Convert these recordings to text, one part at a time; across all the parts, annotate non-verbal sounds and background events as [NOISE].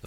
The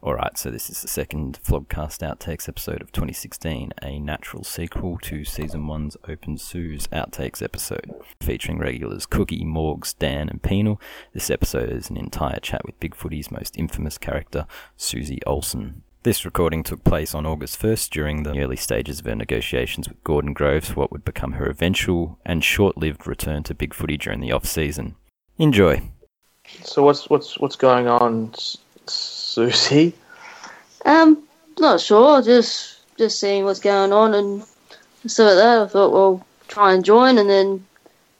All right, so this is the second Flogcast Outtakes episode of 2016, a natural sequel to season one's Open Sue's Outtakes episode, featuring regulars Cookie, Morgs, Dan, and Penal. This episode is an entire chat with Bigfooty's most infamous character, Susie Olson. This recording took place on August 1st during the early stages of her negotiations with Gordon Groves for what would become her eventual and short-lived return to Bigfooty during the off-season. Enjoy. So what's what's what's going on, S- Susie? Um, not sure. Just just seeing what's going on and stuff like that. I thought, well, try and join and then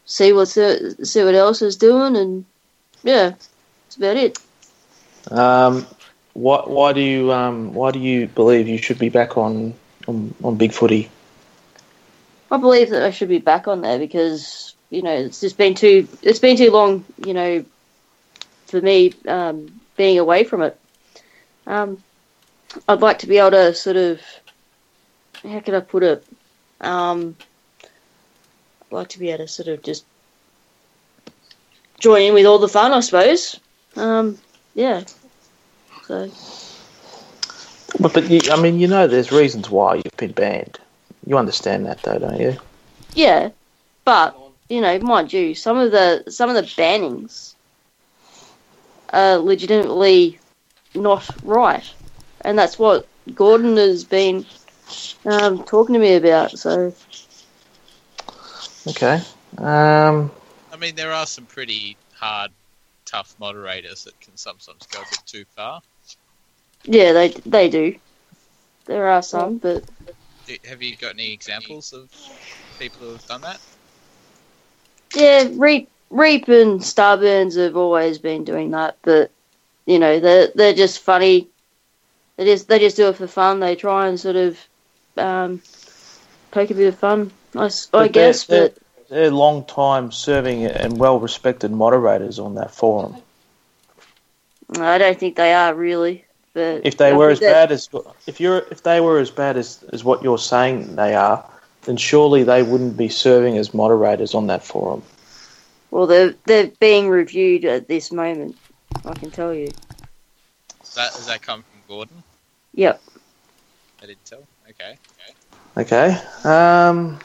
see what's see what else is doing, and yeah, that's about it. Um, what why do you um why do you believe you should be back on on, on Big Footy? I believe that I should be back on there because you know it's just been too it's been too long, you know, for me um, being away from it. Um, I'd like to be able to sort of how can I put it? Um, I'd like to be able to sort of just join in with all the fun, I suppose. Um, yeah. So But but you, I mean you know there's reasons why you've been banned. You understand that though, don't you? yeah, but you know, mind you, some of the some of the bannings are legitimately not right, and that's what Gordon has been um, talking to me about. So Okay. Um, I mean, there are some pretty hard, tough moderators that can sometimes go a bit too far. yeah, they they do. There are some, but Do, have you got any examples of people who have done that? Yeah, Reap, Reap and Starburns have always been doing that, but you know they're they're just funny. They just they just do it for fun. They try and sort of um, poke a bit of fun, I, s- I But they're- guess. they're- But they're long time serving and well respected moderators on that forum. I don't think they are really. But If they I were as think that- bad as if you're if they were as bad as, as what you're saying they are, then surely they wouldn't be serving as moderators on that forum. well, they're they're being reviewed at this moment. I can tell you. Does that, does that come from Gordon? Yep. I didn't tell. Okay. okay. Okay. Um,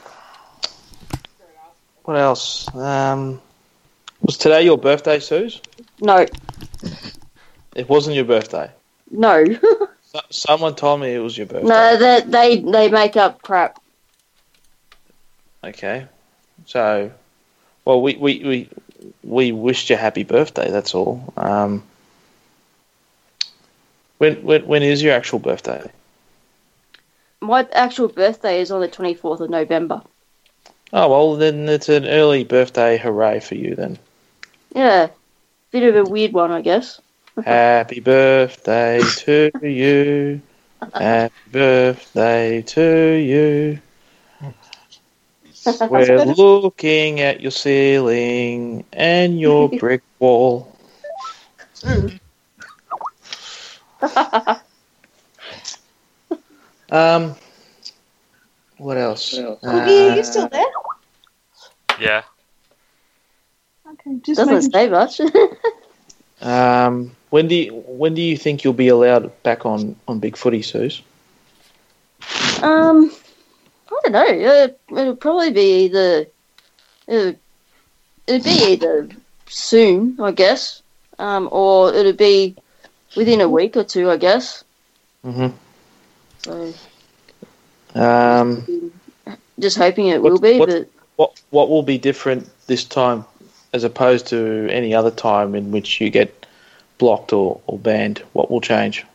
what else? Um, was today your birthday, Suze? No. It wasn't your birthday. No. [LAUGHS] So- Someone told me it was your birthday. no. That they they make up crap. Okay. So, well, we we we we wished you happy birthday. That's all. Um, when when when is your actual birthday? My actual birthday is on the twenty fourth of November. Oh well, then it's an early birthday. Hooray for you then! Yeah. Bit of a weird one, I guess. Happy birthday to you. Happy birthday to you. We're looking at your ceiling and [LAUGHS] your brick wall. Um, what else? Cookie, are you Oh, still Uh, there? Yeah. Okay, just Doesn't making say much. Um, when do you, when do you think you'll be allowed back on on Big Footy, Suze? [LAUGHS] um, don't know. It, it'll probably be either. It, it'd be either soon, I guess, um, or it'd be within a week or two, I guess. Mm-hmm. So Um, just hoping it What- will be, what- but what what will be different this time as opposed to any other time in which you get blocked or, or banned? What will change?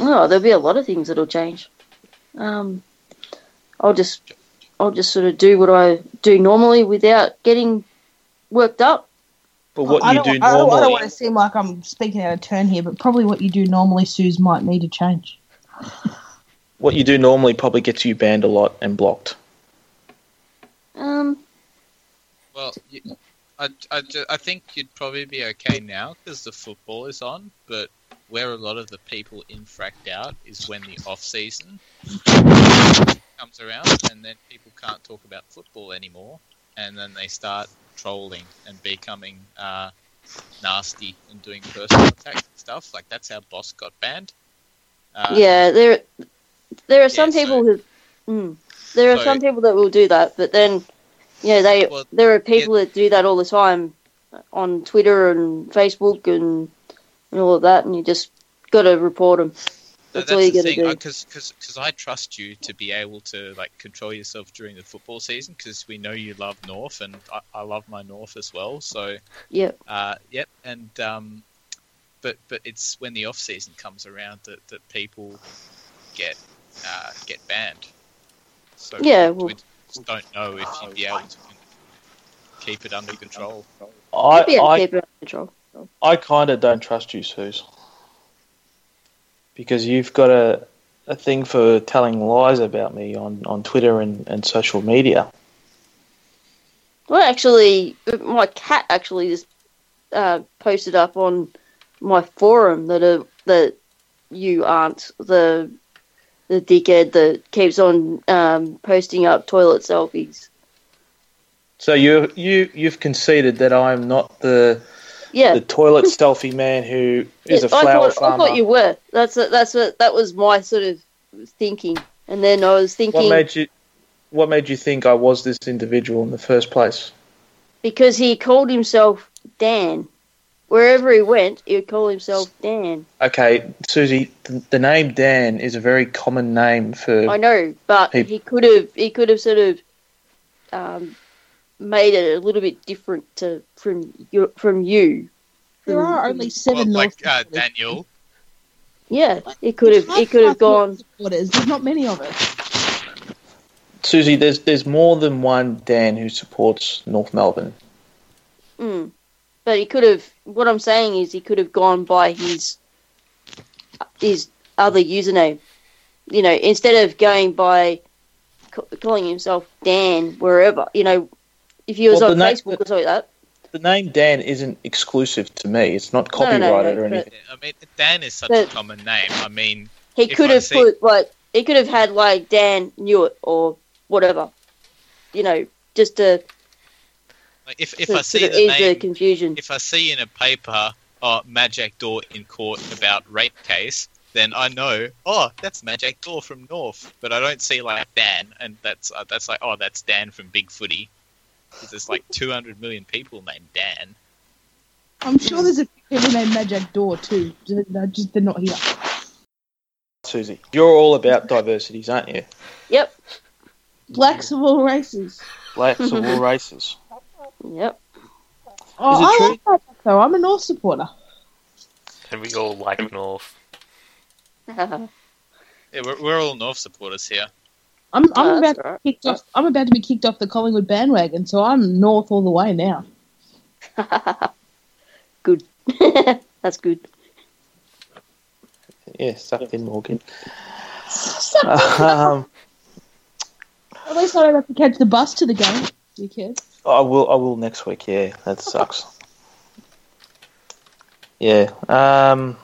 oh, there'll be a lot of things that'll change. Um, I'll just, I'll just sort of do what I do normally without getting worked up. But what I you don't, do I don't, I don't normally, want to seem like I'm speaking out of turn here, but probably what you do normally, Suze, might need to change. what you do normally probably gets you banned a lot and blocked. Um, Well, you, I, I, ju- I think you'd probably be okay now because the football is on, but where a lot of the people infract out is when the off season comes around, and then people can't talk about football anymore, and then they start trolling and becoming uh, nasty and doing personal attacks and stuff. Like that's how Boss got banned. Uh, yeah, there there are some yeah, so- people who mm, there are so- some people that will do that, but then you know they Well, there are people that do that all the time on Twitter and Facebook and and all of that, and you just got to report them. No, That's all you the gotta thing, do. Because because I trust you to be able to like control yourself during the football season because we know you love North and I, I love my North as well. So Yep. uh, yep, and um, but but it's when the off season comes around that, that people get uh, get banned. So Yeah, we, well- we just don't know if you'd be able to keep it under control. I Be able to I, keep it under control. I kind of don't trust you, Suze, because you've got a a thing for telling lies about me on, on Twitter and, and social media. Well, actually, my cat actually just uh, posted up on my forum that uh, that you aren't the the dickhead that keeps on um, posting up toilet selfies. So you you you've conceded that I'm not the Yeah, the toilet selfie man who is a Yeah, I flower thought, farmer. I thought you were. That's a, that's a, that was my sort of thinking, and then I was What thinking made you What made you think I was this individual in the first place? because he called himself Dan, wherever he went, he would call himself Dan. Okay, Susie, th- the name Dan is a very common name for. I know, but Hey. he could have he could have sort of um, made it a little bit different to from your, from you. There From- are from- only Well, seven like North uh, supporters. Daniel, yeah. It could have it Half could have past North gone. supporters. There's not many of us. Susie, there's there's more than one Dan who supports North Melbourne. Mm, but he could have. What I'm saying is he could have gone by his his other username. You know, instead of going by ca- calling himself Dan wherever. You know, if he was Well, on the na- Facebook or something like that. The name Dan isn't exclusive to me. It's not No, no, copyrighted no, or but- anything. Yeah, I mean Dan is such a But- common name. I mean, He If could I have see- put like he could have had like Dan Newitt or whatever. You know, just to, like, if if to I see sort of the ease the name confusion. if I see in a paper uh, Magic Door in court about rape case, then I know, oh, that's Magic Door from North. But I don't see like Dan, and that's uh, that's like, oh, that's Dan from Big Footy. 'Cause there's [LAUGHS] like 200 million people named Dan. Hmm. I'm sure there's a few people named Magic Door too. They're just they're not here. Susie, you're all about diversities, aren't you? Yep, Blacks of all races. Blacks of [LAUGHS] all races. yep. [LAUGHS] Oh, Is it I true? like that though. I'm a North supporter. And we all like North. Yeah, we're, we're all North supporters here. I'm I'm Oh, about that's to all right. be kicked off. I'm about to be kicked off the Collingwood bandwagon, so I'm North all the way now. [LAUGHS] good. [LAUGHS] That's good. Yeah, sucked in [LAUGHS] Morgan. Suck. um, Ah. At least I don't have to catch the bus to the game. You kid. I will. I will next week. Yeah, that sucks. Yeah. Um,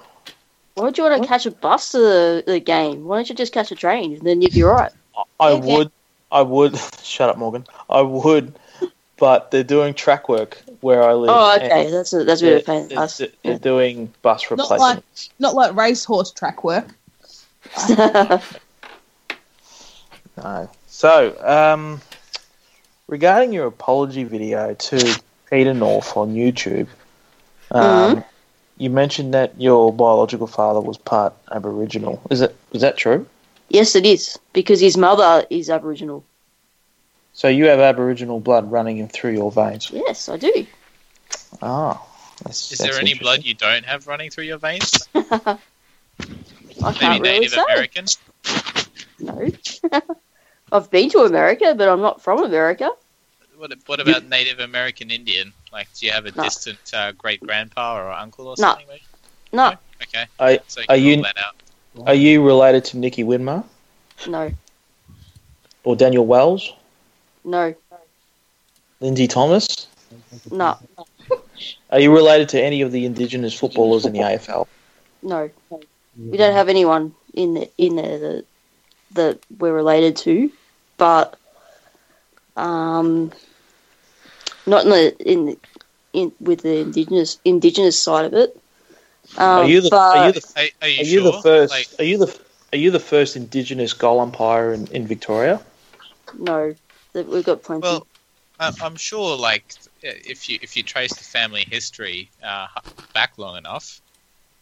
Why would you want to catch a bus to the, the game? Why don't you just catch a train and then you'd be alright? I Okay. would. I would. [LAUGHS] Shut up, Morgan. I would, but they're doing track work where I live. Oh, and okay. That's a, that's a They're, bit of a pain. they're- Us. they're doing bus like- replacements. Not [LAUGHS] like racehorse track work. No, So, um, regarding your apology video to Peter North on YouTube, um, Mm-hmm. you mentioned that your biological father was part Aboriginal. Is it is that true? Yes, it is because his mother is Aboriginal. So you have Aboriginal blood running in through your veins. Yes, I do. [LAUGHS] Ah, that's, Is that's there any interesting. blood you don't have running through your veins? [LAUGHS] I Maybe can't really Native say. American? No, [LAUGHS] I've been to America, but I'm not from America. What, what about Native American Indian? Like, do you have a No. distant uh, great grandpa or uncle or No. something? maybe? No, Okay. Are- so are can you- rule that out. Are you related to Nicky Winmar no, or Daniel Wells, no, Lindsay Thomas? no, Are you related to any of the Indigenous footballers in the AFL? no. We don't have anyone in the, in there that that we're related to, but um, not in the in the- in with the indigenous indigenous side of it. Um, are you the but are you the, Are, are you are sure? you the first Like, are you the are you the first Indigenous goal umpire in, in Victoria? no? that We've got plenty. well, I, Uh, I'm sure. Like, if you if you trace the family history uh, back long enough,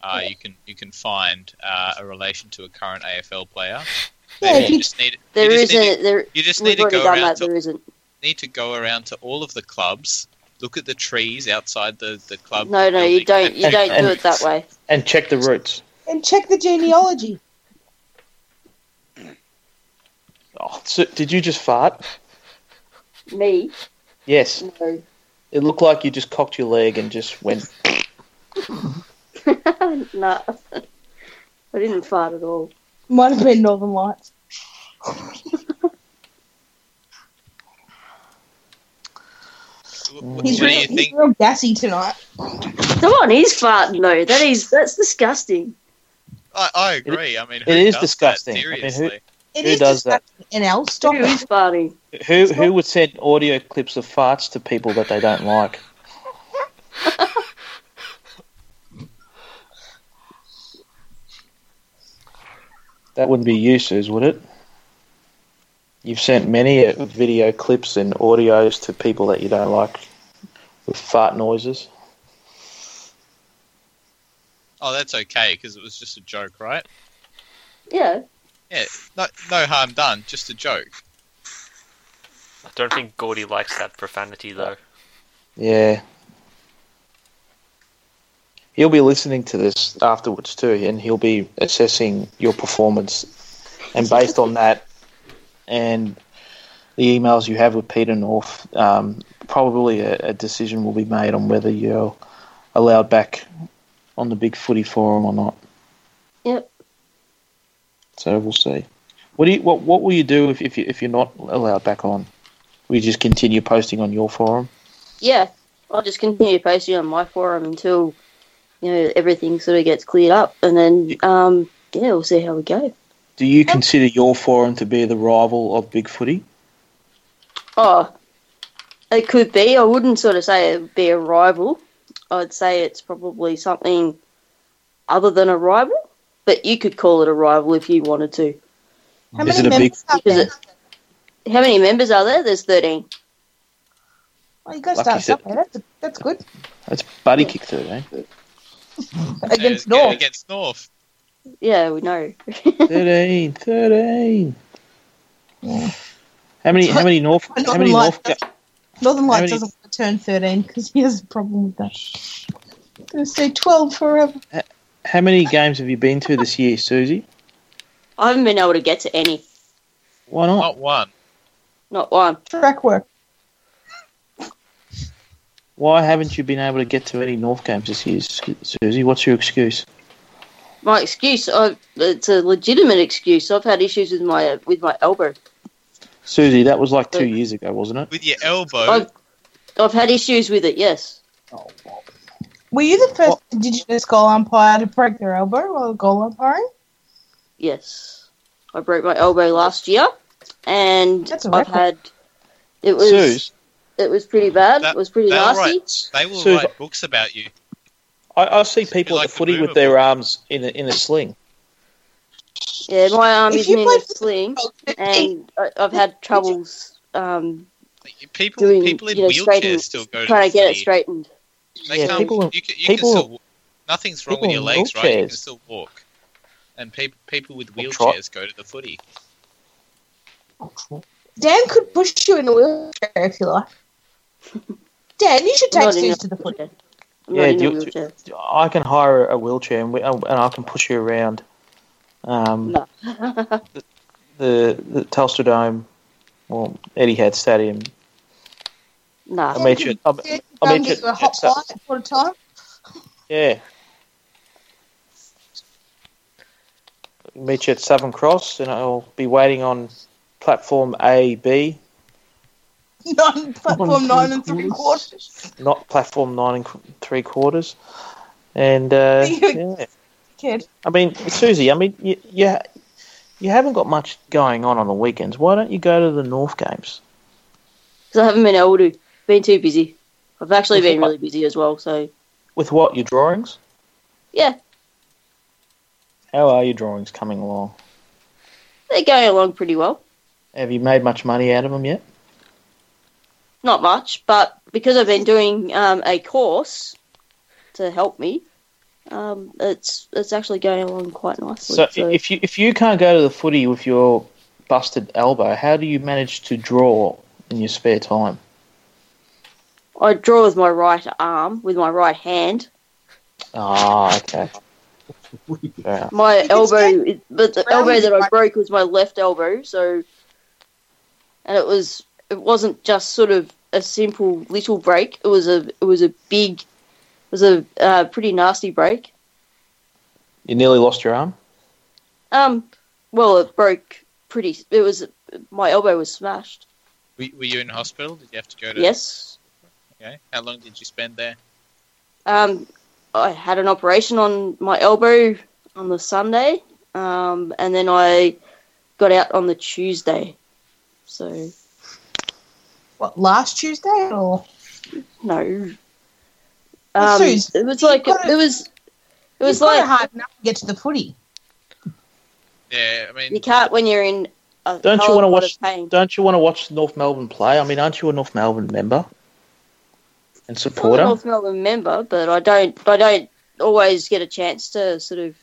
uh, you can you can find uh, a relation to a current AFL player. Maybe Yeah. you just need there you just need isn't. There, You just need we've to already go done around that. to There isn't. need to go around to all of the clubs, look at the trees outside the, the club. No, no, you building, don't. You and- don't [LAUGHS] and- do it that way. And check the roots. And check the genealogy. Oh, so- did you just fart? Me, Yes. no. [LAUGHS] It looked like you just cocked your leg and just went. no. I didn't fart at all. Might have been Northern Lights. w- w- He's, what real, do you he's think? real gassy tonight. Come on, he's farting though. That is that's disgusting. I, I agree. I mean, who it is does that? disgusting. I mean, who- Seriously, It Who is does that? disgusting. And Al, stop Who is it. farting? Who who would send audio clips of farts to people that they don't like? that wouldn't be you, Suze, would it? You've sent many uh, video clips and audios to people that you don't like with fart noises. oh, that's okay because it was just a joke, right? Yeah. Yeah, no, no harm done. Just a joke. I don't think Gordy likes that profanity though. Yeah. He'll be listening to this afterwards too, and he'll be assessing your performance. And based on that, and the emails you have with Peter North, um, probably a, a decision will be made on whether you're allowed back on the Big Footy Forum or not. Yep. So we'll see. What do you, what what will you do if if, you, if you're not allowed back on? Will you just continue posting on your forum? Yeah. I'll just continue posting on my forum until you know everything sort of gets cleared up, and then um, yeah, we'll see how we go. Do you consider your forum to be the rival of Big Footy? Oh, it could be. I wouldn't sort of say it would be a rival. I'd say it's probably something other than a rival, but you could call it a rival if you wanted to. How Is many it a big- members are Is there? it? How many members are there? There's 13. Oh, you got to Lucky start is it- somewhere. That's, that's good. That's buddy kick eh? today. Against Yeah, North. Against North. Yeah, we know. 13, 13. How many? How many North? I know How many the North? light- Northern How Lights many- doesn't want to turn 13 because he has a problem with that. I'm going to say uh, 12 forever. How many games have you been to this year, Susie? I haven't been able to get to any. Why not? Not one. Not one. Track work. Why haven't you been able to get to any North games this year, Su- Susie? What's your excuse? My excuse, I, it's a legitimate excuse. I've had issues with my with my elbow. Susie, that was like two years ago, wasn't it? With your elbow. I've, I've had issues with it, yes. Were you the first Indigenous goal umpire to break their elbow while goal umpiring? Yes. I broke my elbow last year, and That's a I've record. had. It was Suze, it was pretty bad. That- it was pretty that nasty. They will Suze, write books about you. I, I see people like at the the footy boomer with their arms in a, in a sling. Yeah, my arm If is you nearly played- sling, Oh, and I- I've had troubles um, Like, people, doing, people in you know, straightening, wheelchairs still go to trying to get the it straightened. They Yeah, can't, people- you can, you people- can still, wa- nothing's wrong people with your in legs, right? You can wheelchairs. still walk. And people, people with Or trot. wheelchairs go to the footy. Dan could push you in a wheelchair if [LAUGHS] you like. Dan, you should take Not in a- Suze to the foot. I'm not Yeah, in do a you- wheelchair. [LAUGHS] I can hire a wheelchair and, we, and I can push you around. Um, No. the, the Telstra Dome, well, Etihad Stadium. nah. I meet you. I'll, Dan, I'll come meet you. get you a hot at- light for a time. [LAUGHS] yeah. Meet you at Southern Cross, and I'll be waiting on platform A, B, Nine, platform nine and three quarters. not platform nine and qu- three quarters. And uh, yeah. Kid. I mean, Susie, I mean, you, you, ha- you haven't got much going on on the weekends. Why don't you go to the North games? Because I haven't been able to. Been too busy. I've actually been really busy as well. So With what, your drawings? yeah, How are your drawings coming along? they're going along pretty well. Have you made much money out of them yet? Not much, but because I've been doing um, a course to help me, um, it's it's actually going along quite nicely. So, So, if you if you can't go to the footy with your busted elbow, how do you manage to draw in your spare time? I draw with my right arm, with my right hand. Ah, [LAUGHS] okay. Fair enough. My can elbow, stand is- but the around elbow with that your I right- broke was my left elbow. So, and it was it wasn't just sort of a simple little break. It was a it was a big, it was a uh, pretty nasty break. You nearly lost your arm. Um, well, it broke pretty. It was my elbow was smashed. Were, were you in hospital? Did you have to go to? Yes. Okay. How long did you spend there? Um, I had an operation on my elbow on the Sunday, um, and then I got out on the Tuesday. So What, last Tuesday or? no. Um, Well, Suze, it was like gotta- it was. It was You've got it like hard enough to get to the footy. Yeah, I mean, you can't when you're in. A Don't you hell of a wanna lot watch- of Pain. Don't you want to watch North Melbourne play? I mean, aren't you a North Melbourne member and I'm a supporter? North Melbourne member, but I don't. I don't always get a chance to sort of.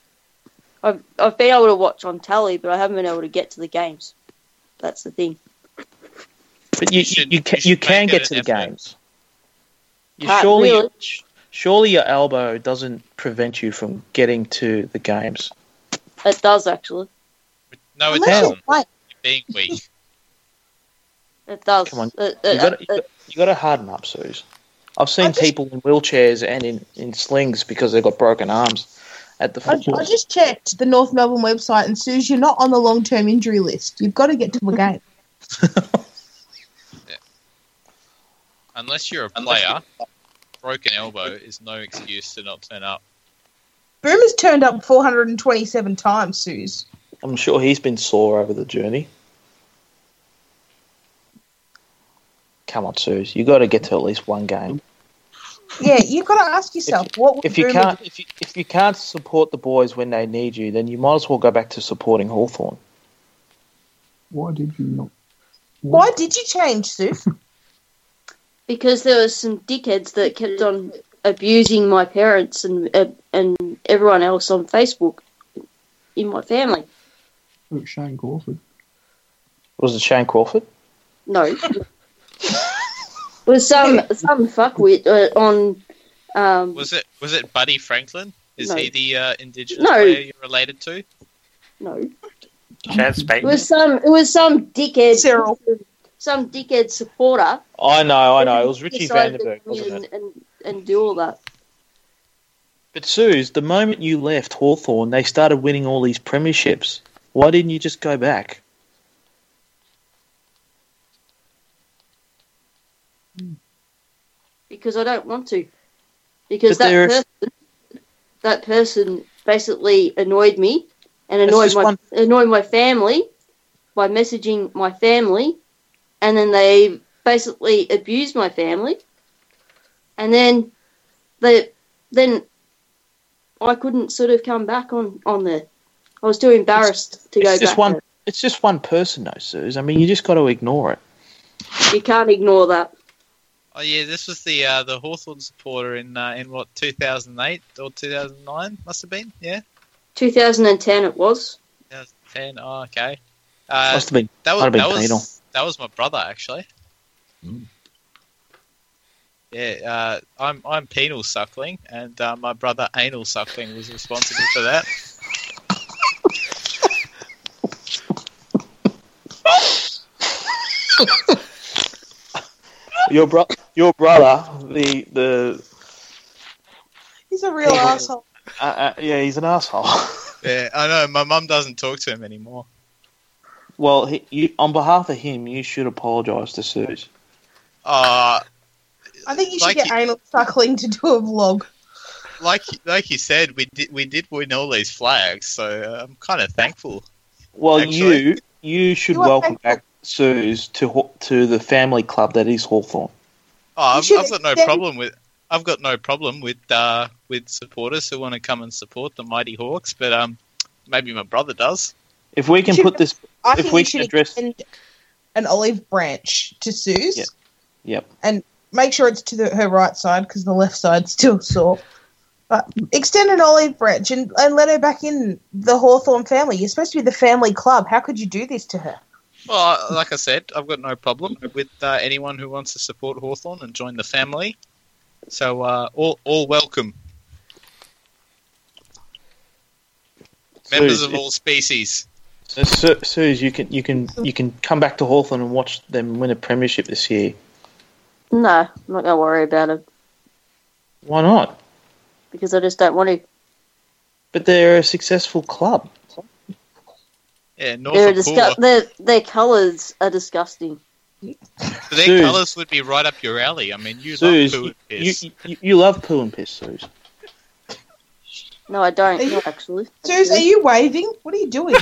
I've I've been able to watch on tally, but I haven't been able to get to the games. That's the thing. But you, You should- you, can, you should you can make get it to the an effort. games. You Can't surely, really. surely your elbow doesn't prevent you from getting to the games. It does actually. no, it Unless doesn't. you're white. Being weak. It does. Come on, It, You it- got it- you got, you got to harden up, Suze. I've seen Uh, I just- people in wheelchairs and in, in slings because they've got broken arms at the I, football. I just checked the North Melbourne website, and Suze, you're not on the long term injury list. You've got to get to the [LAUGHS] game. Unless you're a player, broken elbow is no excuse to not turn up. Boomer's turned up 427 times, Suze. I'm sure he's been sore over the journey. Come on, Suze. You got to get to at least one game. Yeah, you've got to ask yourself what would If you Boomer can't, do? if you, if you can't support the boys when they need you, then you might as well go back to supporting Hawthorn. Why did you not? Why did you change, Suze? because there was some dickheads that kept on abusing my parents and uh, and everyone else on Facebook in my family. Look, Shane Crawford. Was it Shane Crawford? [LAUGHS] No, it was some some fuckwit uh, on. Um, Was it? Was it Buddy Franklin? Is No. he the uh, indigenous No. player you're related to? no, Chance it Spate. was some it was some dickhead Cyril. some dickhead supporter. I know, I know. It was Richie decided to Vanderberg, come in wasn't it? And, and and do all that. But Suze, the moment you left Hawthorn, they started winning all these premierships. Why didn't you just go back? because I don't want to. Because But that there person, is- that person basically annoyed me and That's annoyed just my one- annoyed my family by messaging my family, and then they basically abused my family, and then they then I couldn't sort of come back on on there. I was too embarrassed to go it's just back. one. there. It's just one person, though, Suze. I mean, you just got to ignore it. You can't ignore that. Oh yeah, this was the uh, the Hawthorn supporter in uh, in what 2008 or 2009 must have been. Yeah, 2010 it was. 2010. Oh, okay. Uh, Must have been. that was might have been that was Penal. that was my brother actually. Hmm. Mm. Yeah, uh, I'm I'm penal suckling, and uh, my brother anal suckling was responsible for that. Your bro- your brother, the the He's a real Yeah. asshole. uh, uh, yeah, he's an asshole. [LAUGHS] [LAUGHS] Yeah, I know. My mum doesn't talk to him anymore. well, he, you, on behalf of him, you should apologise to Suze. Uh, I think you should Like get you- anal suckling to do a vlog. like like you said, we did we did win all these flags, so uh, I'm kind of thankful. Well, Actually- you you should You are welcome thankful. back Suze to Haw- to the family club that is Hawthorn. Oh, I've, should I've got no extend- problem with I've got no problem with uh, with supporters who want to come and support the Mighty Hawks, but um, maybe my brother does. If we can Should- put this, I If think we you can should address- extend an olive branch to Suze. Yeah. yep. Make sure it's to the, her right side because the left side's still sore. But extend an olive branch and, and let her back in the Hawthorne family. You're supposed to be the family club. How could you do this to her? Well, like I said, I've got no problem with uh, anyone who wants to support Hawthorn and join the family. So uh, all all welcome, members Suze, of all species. So, Su- Suze, you can you can you can come back to Hawthorn and watch them win a premiership this year. No, I'm not going to worry about it Why not? because I just don't want to. But they're a successful club. Yeah, North They're of disgu- their, their colours are disgusting. Their Suze. colours would be right up your alley. I mean, you Suze, love poo and You, piss. you you love poo and piss, Suze. No, I don't, Are you- not actually. Suze, are you waving? What are you doing?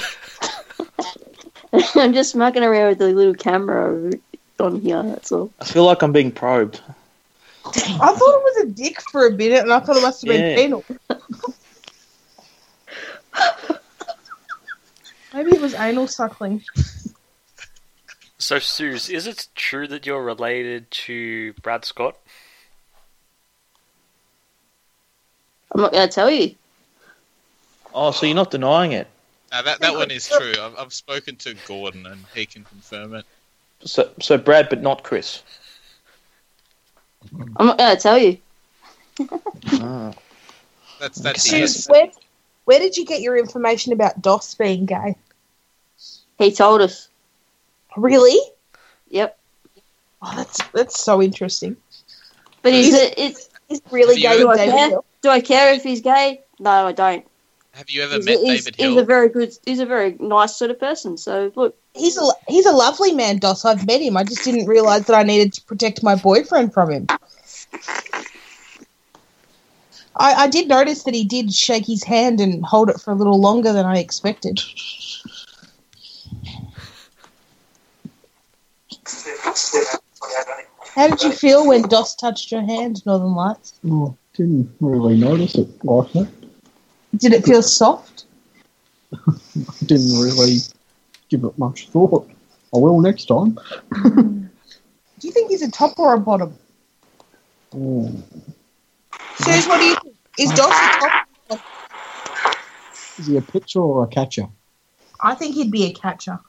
[LAUGHS] I'm just mucking around with the little camera on here, that's all. I feel like I'm being probed. [LAUGHS] I thought it was a dick for a minute, and I thought it must have been Yeah. anal. [LAUGHS] Maybe it was anal suckling. So, Suze, is it true that you're related to Brad Scott? I'm not going to tell you. Oh, so you're not denying it? Now, that that one is true. I've, I've spoken to Gordon and he can confirm it. So so Brad, but not Chris. I'm not going to tell you. [LAUGHS] Ah. That's that's Okay. Suze, yes. where, where did you get your information about DOS being gay? He told us. Really? Yep. Oh, that's that's so interesting. But is it, it's, He's really Do you- gay do, with I David care? Hill. do I care if he's gay? No, I don't. Have you ever He's, met he's- David he's Hill? a very good, he's a very nice sort of person. So look, He's a he's a lovely man, DOS. I've met him. I just didn't realize that I needed to protect my boyfriend from him. I, I did notice that he did shake his hand and hold it for a little longer than I expected. How did you feel when DOS touched your hand, Northern Lights? Oh, didn't really notice it like that. Did it feel [LAUGHS] soft? Didn't really give it much thought. I will next time. Do you think he's a top or a bottom? Oh, Suze, what do you think? Is DOS a top is he a pitcher or a catcher? I think he'd be a catcher.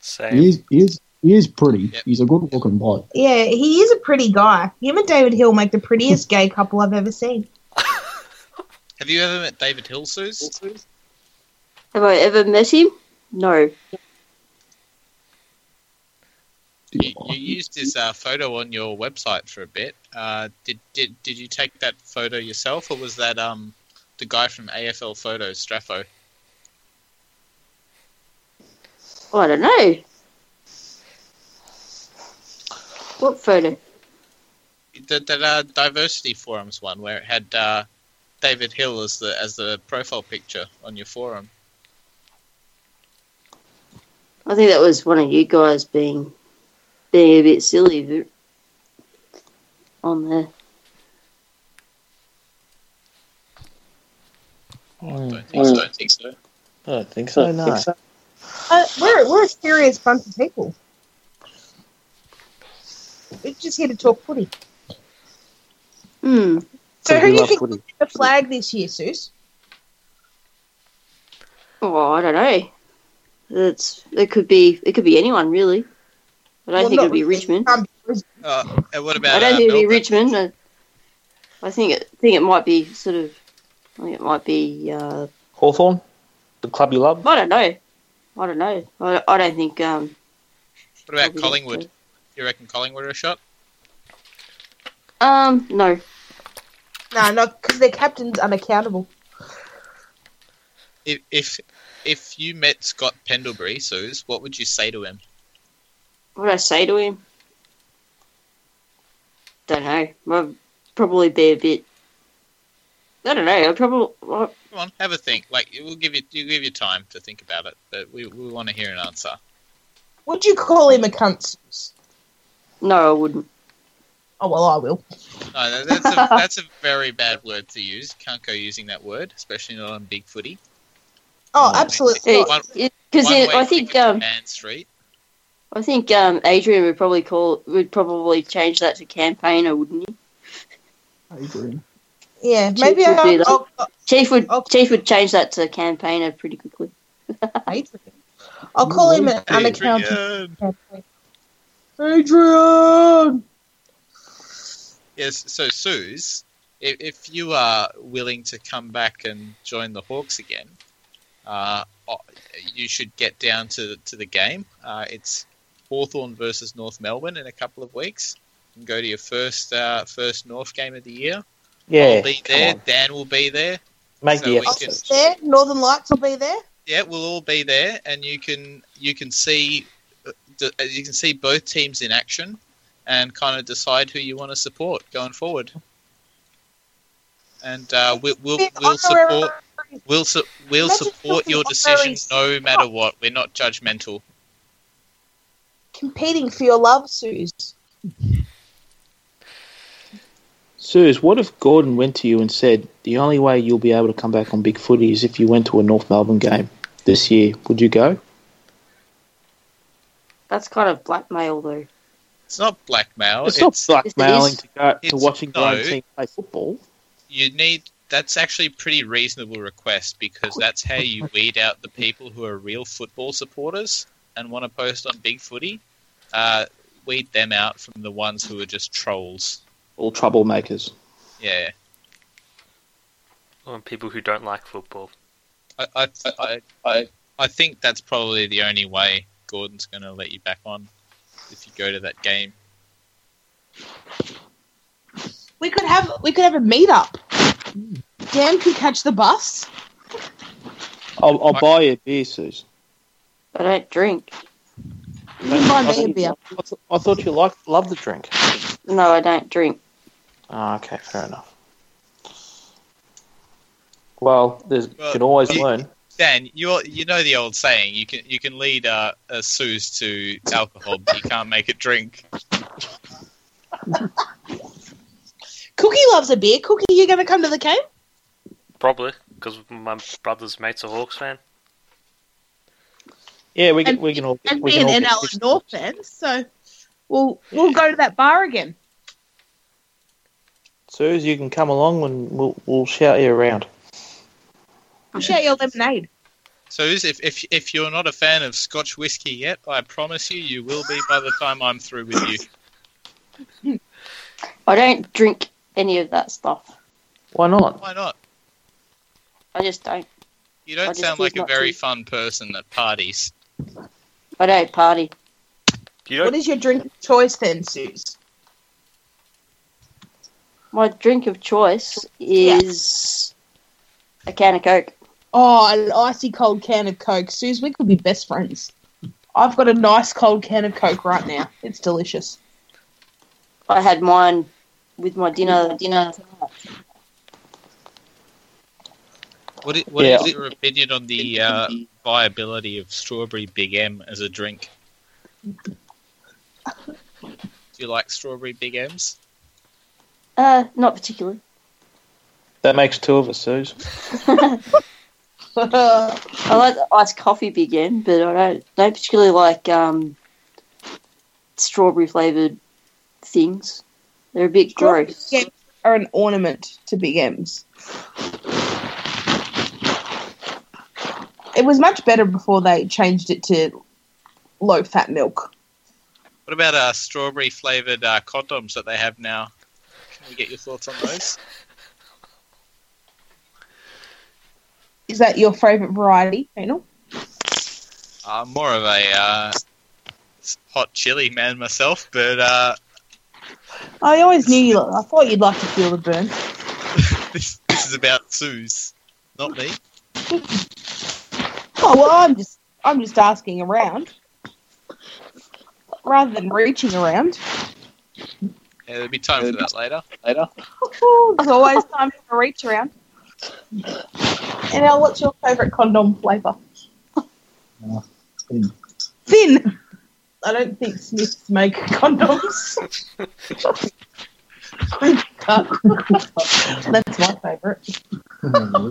Same. He is, he is, he is pretty. Yep. He's a good looking bloke. Yeah, he is a pretty guy. Him and David Hill make the prettiest gay couple I've ever seen. Have you ever met David Hill, Suze? have I ever met him? No. You, you used his uh, photo on your website for a bit. Uh, did did did you take that photo yourself, or was that um the guy from AFL Photos, Straffo? I don't know. What photo? The, the uh, diversity forums one where it had uh, David Hill as the as the profile picture on your forum. I think that was one of you guys being being a bit silly v- on there. Don't think so. I don't think so. I no. know. Think so. Uh, we're we're a serious bunch of people. We're just here to talk footy. Hmm. So We who do you love think footy. will get the flag this year, Seuss? Oh, I don't know. It's it could be it could be anyone really. I don't Well, think not it'd be really. Richmond. Um, Uh, and what about I don't uh, think it'd be Melbourne? Richmond. I, I think it think it might be sort of. I think it might be. Uh, Hawthorne, the club you love. I don't know. I don't know. I, I don't think. Um, What about probably- Collingwood? You reckon Collingwood are a shot? Um, no. no, no, because their captain's unaccountable. If if if you met Scott Pendlebury, Suze, what would you say to him? What would I say to him? Don't know. I'd probably be a bit. I don't know. I'd probably. Come on, have a think. Like we'll give you you give you time to think about it, but we we want to hear an answer. Would you call him a cunt? Seuss? No, I wouldn't. Oh well, I will. No, [LAUGHS] that's a, that's a very bad word to use. Can't go using that word, especially not on Big Footy. Oh, Oh, absolutely. Hey, not. one- Because One way I think. ticket to Um, Man Street. I think um, Adrian would probably call would probably change that to campaigner, wouldn't he? [LAUGHS] Adrian. Yeah, Chief maybe would I'll, be like- I'll, I'll, Chief would Okay. Chief would change that to campaigner pretty quickly. I'll call him an unaccountable. Adrian. captain. Adrian! Yes, so Suze, if, if you are willing to come back and join the Hawks again, uh, o- you should get down to the, to the game. Uh, it's Hawthorn versus North Melbourne in a couple of weeks. You can go to your first uh, first North game of the year. Yeah, I'll be come there. on. Dan will be there. Make So the we I'll effort. can- sit there. Northern Lights will be there. Yeah, we'll all be there, and you can you can see uh, d- you can see both teams in action, and kind of decide who you want to support going forward. And uh, we, we'll Be an we'll honorary- support we'll su- we'll uh, Imagine support your something honorary decision no matter what. We're not judgmental. competing for your love, Suze. Suze, what if Gordon went to you and said, the only way you'll be able to come back on Big Footy is if you went to a North Melbourne game this year? Would you go? That's kind of blackmail, though. It's not blackmail. It's, It's, not blackmailing is- to go to it's- watching your no. own team play football. you need. That's actually a pretty reasonable request because that's how you weed out the people who are real football supporters and want to post on Big Footy. Uh, weed them out from the ones who are just trolls. All troublemakers. Yeah, On people who don't like football. I I, I, I, I think that's probably the only way Gordon's going to let you back on if you go to that game. We could have we could have a meetup. Dan could catch the bus. I'll, I'll buy you a beer, Suze. I don't drink. You can buy I me a thought- beer. I thought- I thought you liked love the drink. No, I don't drink. Ah, okay, fair enough. Well, there's, you Well, can always you- learn. Dan, you you know the old saying: you can you can lead uh, a Suze to alcohol, but you can't make it drink. Cookie loves a beer. Cookie, you gonna come to the game? Probably, because my brother's mate's a Hawks fan. Yeah, we can, And we can all. And we be can an all get NL six- and North fan, so we'll we'll go to that bar again. Suze, you can come along and we'll, we'll shout you around. I'll shout you a lemonade. Suze, if, if if you're not a fan of Scotch whiskey yet, I promise you, you will be by the time I'm through with [LAUGHS] you. I don't drink any of that stuff. Why not? Why not? I just don't. You I don't just sound choose like a not very to. fun person at parties. I don't party. You What don't. is your drink of choice then, Suze? My drink of choice is a can of Coke. Oh, an icy cold can of Coke. Suze, we could be best friends. I've got a nice cold can of Coke right now. It's delicious. [LAUGHS] I had mine with my dinner dinner tonight. What is, what is Yeah. your opinion on the uh, viability of strawberry Big M as a drink? Do you like strawberry Big M's? Uh, not particularly. [LAUGHS] That makes two of us, Suze. I like the iced coffee begin, but I don't don't particularly like um, strawberry flavored things. They're a bit gross. Games are an ornament to Big M's. It was much better before they changed it to low fat milk. What about uh, strawberry flavored uh, condoms that they have now? Can we get your thoughts on those? Is that your favourite variety, Anal? I'm more of a uh, hot chili man myself, but uh, I always knew you. I thought you'd like to feel the burn. [LAUGHS] this, this is about Sue's, not me. Oh well, I'm just I'm just asking around rather than reaching around. Yeah, there'll be time for that later. Later. There's always time for a reach around. And now, what's your favourite condom flavour? thin. Thin. I don't think Smiths make condoms. That's my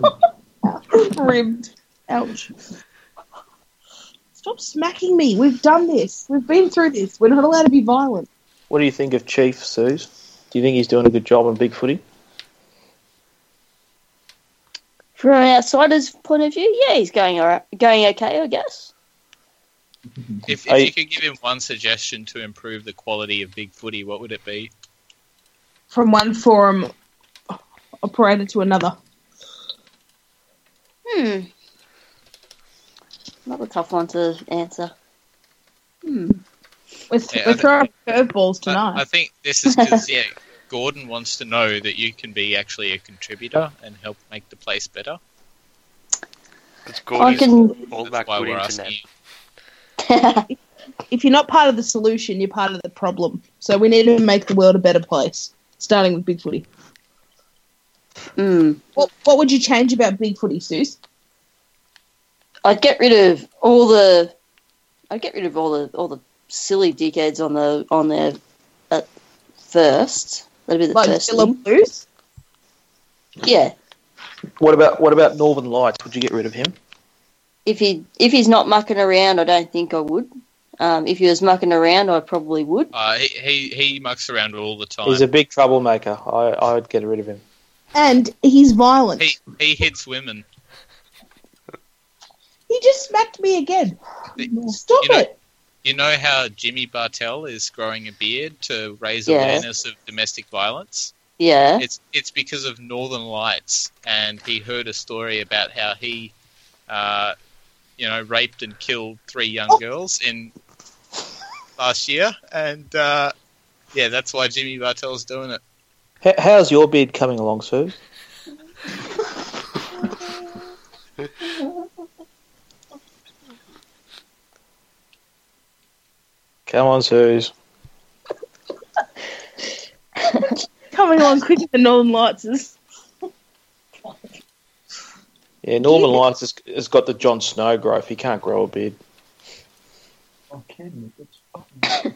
favourite. Ribbed. Ouch. Stop smacking me. We've done this. We've been through this. We're not allowed to be violent. What do you think of Chief Suze? Do you think he's doing a good job on Big Footy? From an outsider's point of view, yeah, he's going all right, going okay, I guess. If, I- if you could give him one suggestion to improve the quality of Big Footy, what would it be? From one forum operator to another. Hmm. Another tough one to answer. Hmm. We're, Yeah, I we're don't- throwing curveballs I- tonight. I, think this is because yeah, Gordon wants to know that you can be actually a contributor and help make the place better. Because I Gordon's can. all That's about why good we're internet. asking. if you're not part of the solution, you're part of the problem. So we need to make the world a better place, starting with Big Footy. [LAUGHS] Hmm. What, what would you change about Big Footy, Seuss? I'd get rid of all the. I'd get rid of all the all the silly dickheads on the on there at first. That'd be the Like first Zilla thing. Blues? Yeah, What about what about Northern Lights? Would you get rid of him? if he if he's not mucking around, I don't think I would. Um, if he was mucking around, I probably would. Uh, he, he he mucks around all the time. He's a big troublemaker. I I would get rid of him. And he's violent. He He, he hits women. just smacked me again. The- Stop you know- it. You know how Jimmy Bartell is growing a beard to raise Yeah. awareness of domestic violence? Yeah, It's it's because of Northern Lights, and he heard a story about how he, uh, you know, raped and killed three young Oh. girls in last year, and uh, yeah, that's why Jimmy Bartell's doing it. H- how's your beard coming along, Sue? Come on, Suze. Coming along quicker than Northern Lights is. Yeah, Northern Lights has, has got the Jon Snow growth. He can't grow a beard. I'm kidding. Oh, It's fucking.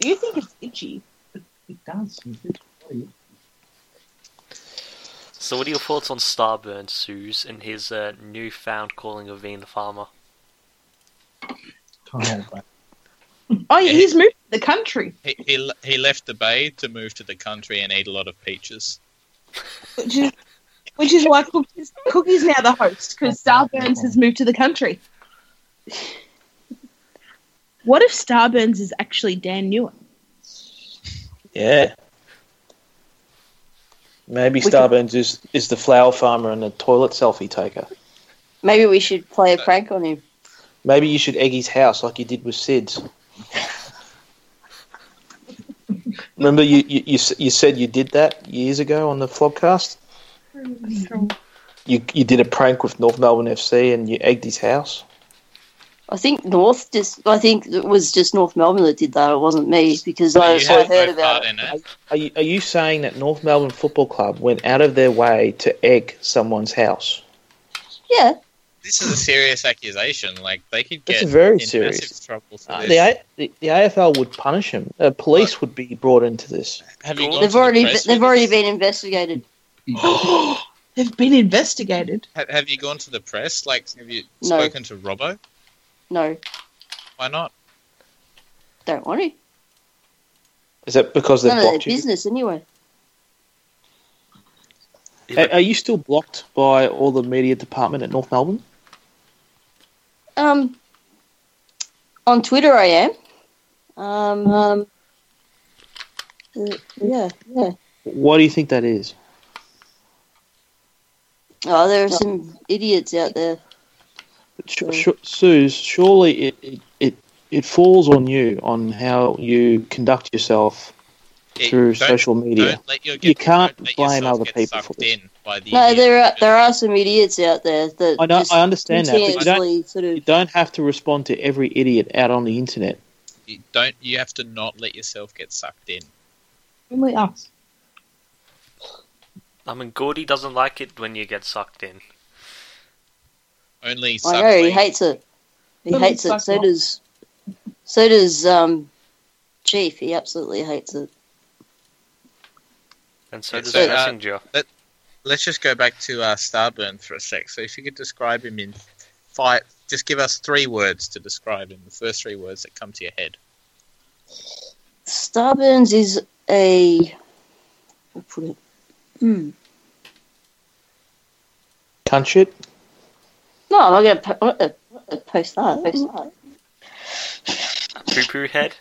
Do you think it's itchy? It does. So, what are your thoughts on Starburn, Suze, and his uh, newfound calling of being the farmer? Can't hold back. Oh, yeah, he's moved to the country, He he, le- he left the bay to move to the country and eat a lot of peaches. which is. Which is why Cookie's, Cookie's now the host because Starburns has moved to the country. What if Starburns is actually Dan Newer? [GASPS] Yeah. Maybe We Starburns is, is the flower farmer and the toilet selfie taker. maybe we should play a prank on him. Maybe you should egg his house like you did with Sid's. Remember, you, you, you, s- you said you did that years ago on the Flogcast? You, you did a prank with North Melbourne FC and you egged his house? I think North just. I think it was just North Melbourne that did that. It wasn't me because I, You I had heard no about part it. in it. Are you, are you saying that North Melbourne Football Club went out of their way to egg someone's house? Yeah, This is a serious accusation. Like they could It's get very in serious. massive trouble for Uh, this. the, A- the, the AFL would punish him. Uh, police would be brought into this. Have you gone to They've they've the already press they've with already this? been investigated. They've been investigated. Have, have you gone to the press? Like, have you No. spoken to Robbo? No, Why not? don't want to. Is that because they've None of their blocked you? business anyway. A- Are you still blocked by all the media department at North Melbourne? Um, on Twitter, I am. Um, um, uh, yeah, yeah. Why do you think that is? Oh, there are some idiots out there. Sh- sh- Suze, surely it, it, it, it falls on you on how you conduct yourself Yeah, through don't- social media. Don't let your You can't don't let blame yourself other get people sucked for this. in by the No, idiot. there are there are some idiots out there that I know, just I understand that, but you don't, continuously sort you of. don't have to respond to every idiot out on the internet. You don't. You have to not let yourself get sucked in. Only us. I mean, Gordy doesn't like it when you get sucked in. Only I know he suckling- hates it. He Well, hates it's it. like So what? does so does um, Chief. He absolutely hates it. And so It's does so, uh, Passenger. Let's just go back to uh, Starburn for a sec. So, if you could describe him in five, just give us three words to describe him. The first three words that come to your head. Starburns is a. I'll put it. Hmm. Cunt shit? No, I'm not gonna po- I'm not gonna- I'm not gonna post that. Post that. Poo poo head.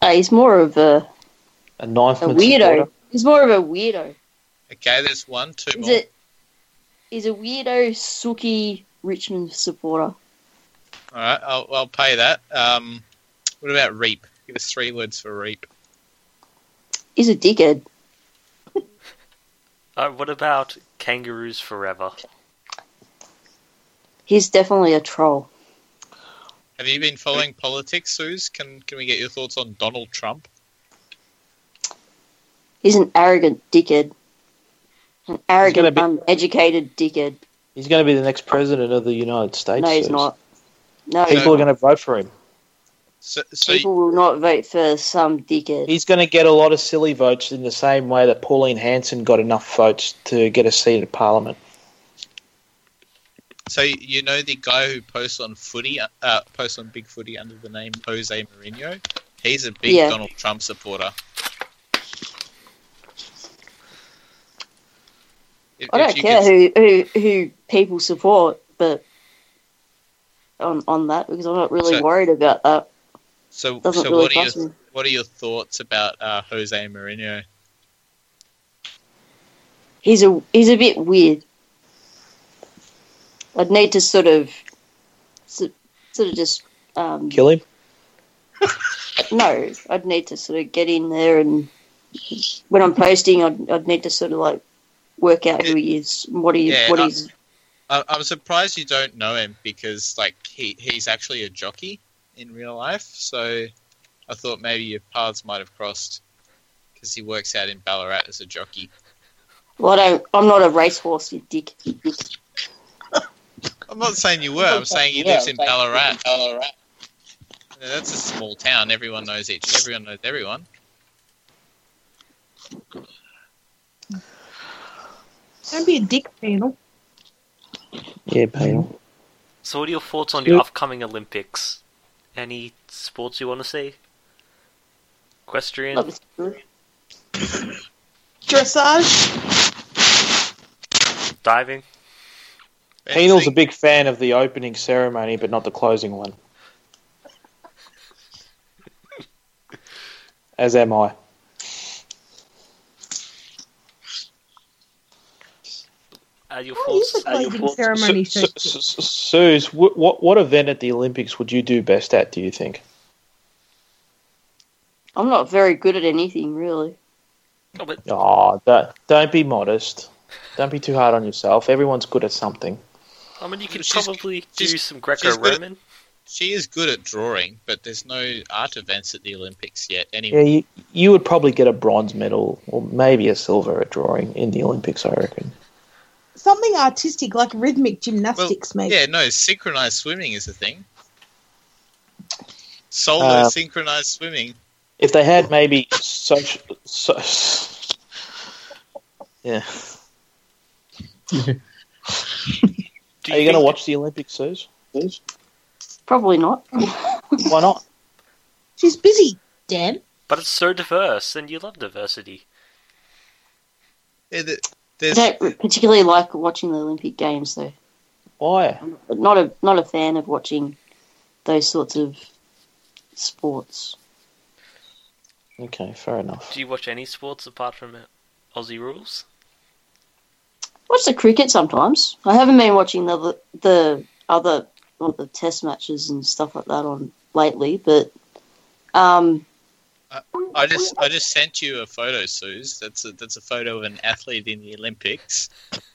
Uh, he's more of a, A a knife and weirdo. supporter? He's more of a weirdo. Okay, there's one, two He's more. a, he's a weirdo, sooky Richmond supporter. All right, I'll, I'll pay that. Um, what about Reap? Give us three words for Reap. He's a dickhead. Uh, what about kangaroos forever? He's definitely a troll. Have you been following politics, Suze? Can can we get your thoughts on Donald Trump? He's an arrogant dickhead. An arrogant, be- uneducated dickhead. He's going to be the next president of the United States. No, he's Suze. not. No, He's People are going to vote for him. So, so people will not vote for some dickhead. He's going to get a lot of silly votes in the same way that Pauline Hanson got enough votes to get a seat at Parliament. so you know the guy who posts on footy, uh, posts on Big Footy under the name Jose Mourinho. He's a big Yeah. Donald Trump supporter. If, I don't if you care could- who, who who people support, but on on that because I'm not really So- worried about that. so, so Doesn't really what are bother your me. what are your thoughts about uh, Jose Mourinho? He's a he's a bit weird. I'd need to sort of so- sort of just um, Kill him? no. I'd need to sort of get in there and when I'm posting, I'd I'd need to sort of like work out who he is, and what he Yeah, what I- he's I, I'm surprised you don't know him because like he he's actually a jockey in real life. So I thought maybe your paths might have crossed because he works out in Ballarat as a jockey. Well, I don't, I'm not a racehorse, you dick. I'm not saying you were. I'm saying he lives in Ballarat. Ballarat. Yeah, that's a small town. Everyone knows each. Everyone knows everyone. Don't be a dick, panel. Yeah, Payne. So, what are your thoughts on Yep. the upcoming Olympics? Any sports you want to see? Equestrian? Not particularly. Dressage. Diving? Penal's a big fan of the opening ceremony, but not the closing one. As am I. Are your Oh, What is thoughts? the Are your closing thoughts? ceremony? Su- so- Su- Su- Suze, wh- what what event at the Olympics would you do best at? Do you think? I'm not very good at anything, really. Oh, but Oh, that, don't be modest. Don't be too hard on yourself. Everyone's good at something. I mean, you could She's- probably do she's- some she's good at- Greco-Roman. She is good at drawing, but there's no art events at the Olympics yet. Yeah, Anyway, you, you would probably get a bronze medal or maybe a silver at drawing in the Olympics. I reckon. Something artistic like rhythmic gymnastics, maybe. yeah, no, synchronized swimming is a thing. Solo Uh, synchronized swimming. If they had maybe social, so, [LAUGHS] Yeah. Do Are you going to think- watch the Olympics, Suze? Please? Probably not. Why not? She's busy, Dan. But it's so diverse, and you love diversity. Yeah, the- [LAUGHS] I there's, don't particularly like watching the Olympic Games, though. Why? But not a not a fan of watching those sorts of sports. Okay, fair enough. Do you watch any sports apart from Aussie rules? Watch the cricket sometimes. I haven't been watching the the other well, the test matches and stuff like that on lately, but um, I just I just sent you a photo, Suze. That's a, that's a photo of an athlete in the Olympics,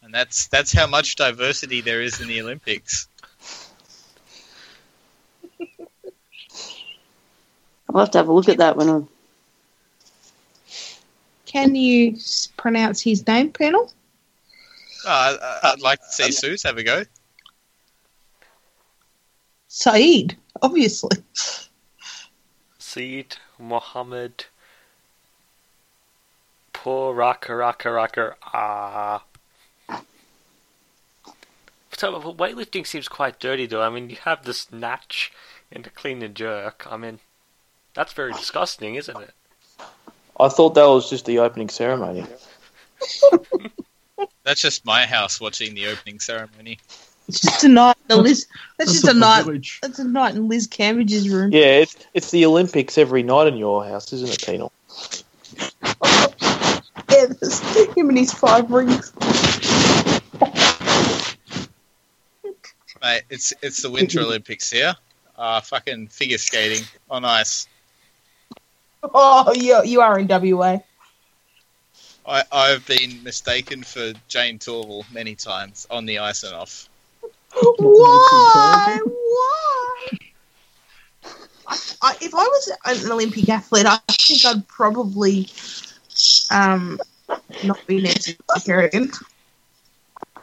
and that's that's how much diversity there is in the Olympics. I'll have to have a look at that when I'm. Can you s- pronounce his name, panel? Oh, I, I- I'd like to see Suze have a go. Saeed, obviously. Saeed Mohammed Poor Raka Raka Raka Ah. So well, weightlifting seems quite dirty though. I mean you have the snatch and the clean and jerk. I mean that's very disgusting, isn't it? I thought that was just the opening ceremony. That's just my house watching the opening ceremony. It's just a night in the Liz. That's, just a night. privilege. That's a night in Liz Cambridge's room. Yeah, it's, it's the Olympics every night in your house, isn't it, Penal? Yeah, there's him and his five rings. Mate, it's it's the [LAUGHS] Winter Olympics here. Uh, fucking figure skating on ice. Oh, you you are in WA. I, I've been mistaken for Jane Torval many times on the ice and off. Why? Why? I, I, if I was an Olympic athlete, I think I'd probably um, not be vegetarian.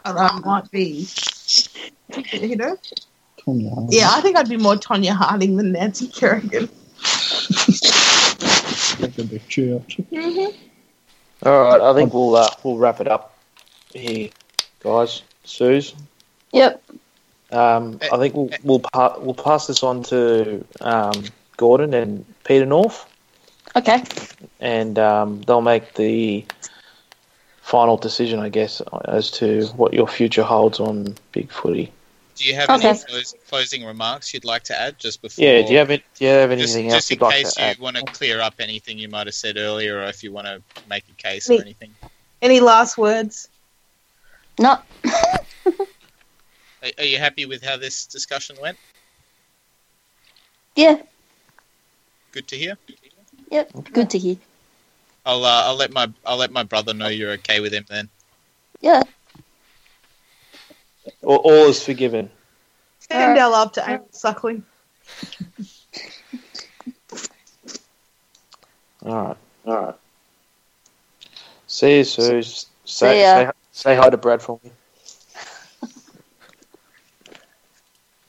But I might be. You know? Tony Allen. Yeah, I think I'd be more Tonya Harding than Nancy Kerrigan. Get the big chair. All right, I think we'll uh, we'll wrap it up here, guys. Suze, Yep. um, I think we'll we'll, pa- we'll pass this on to um, Gordon and Peter North, Okay. and um, they'll make the final decision, I guess, as to what your future holds on Big Footy. Do you have any Okay. close, closing remarks you'd like to add just before? Yeah, do you have any, do you have just, anything else just in you'd like case to you add? want to clear up anything you might have said earlier, or if you want to make a case Me- or anything. Any last words? No. Are, are you happy with how this discussion went? Yeah. Good to hear. Yep. Good to hear. I'll uh, I'll let my I'll let my brother know you're okay with him then. Yeah. All, all is forgiven. Send our love to Amy Suckling. All right, all right. See you, Suze. Say See ya. say, say hi to Brad for me.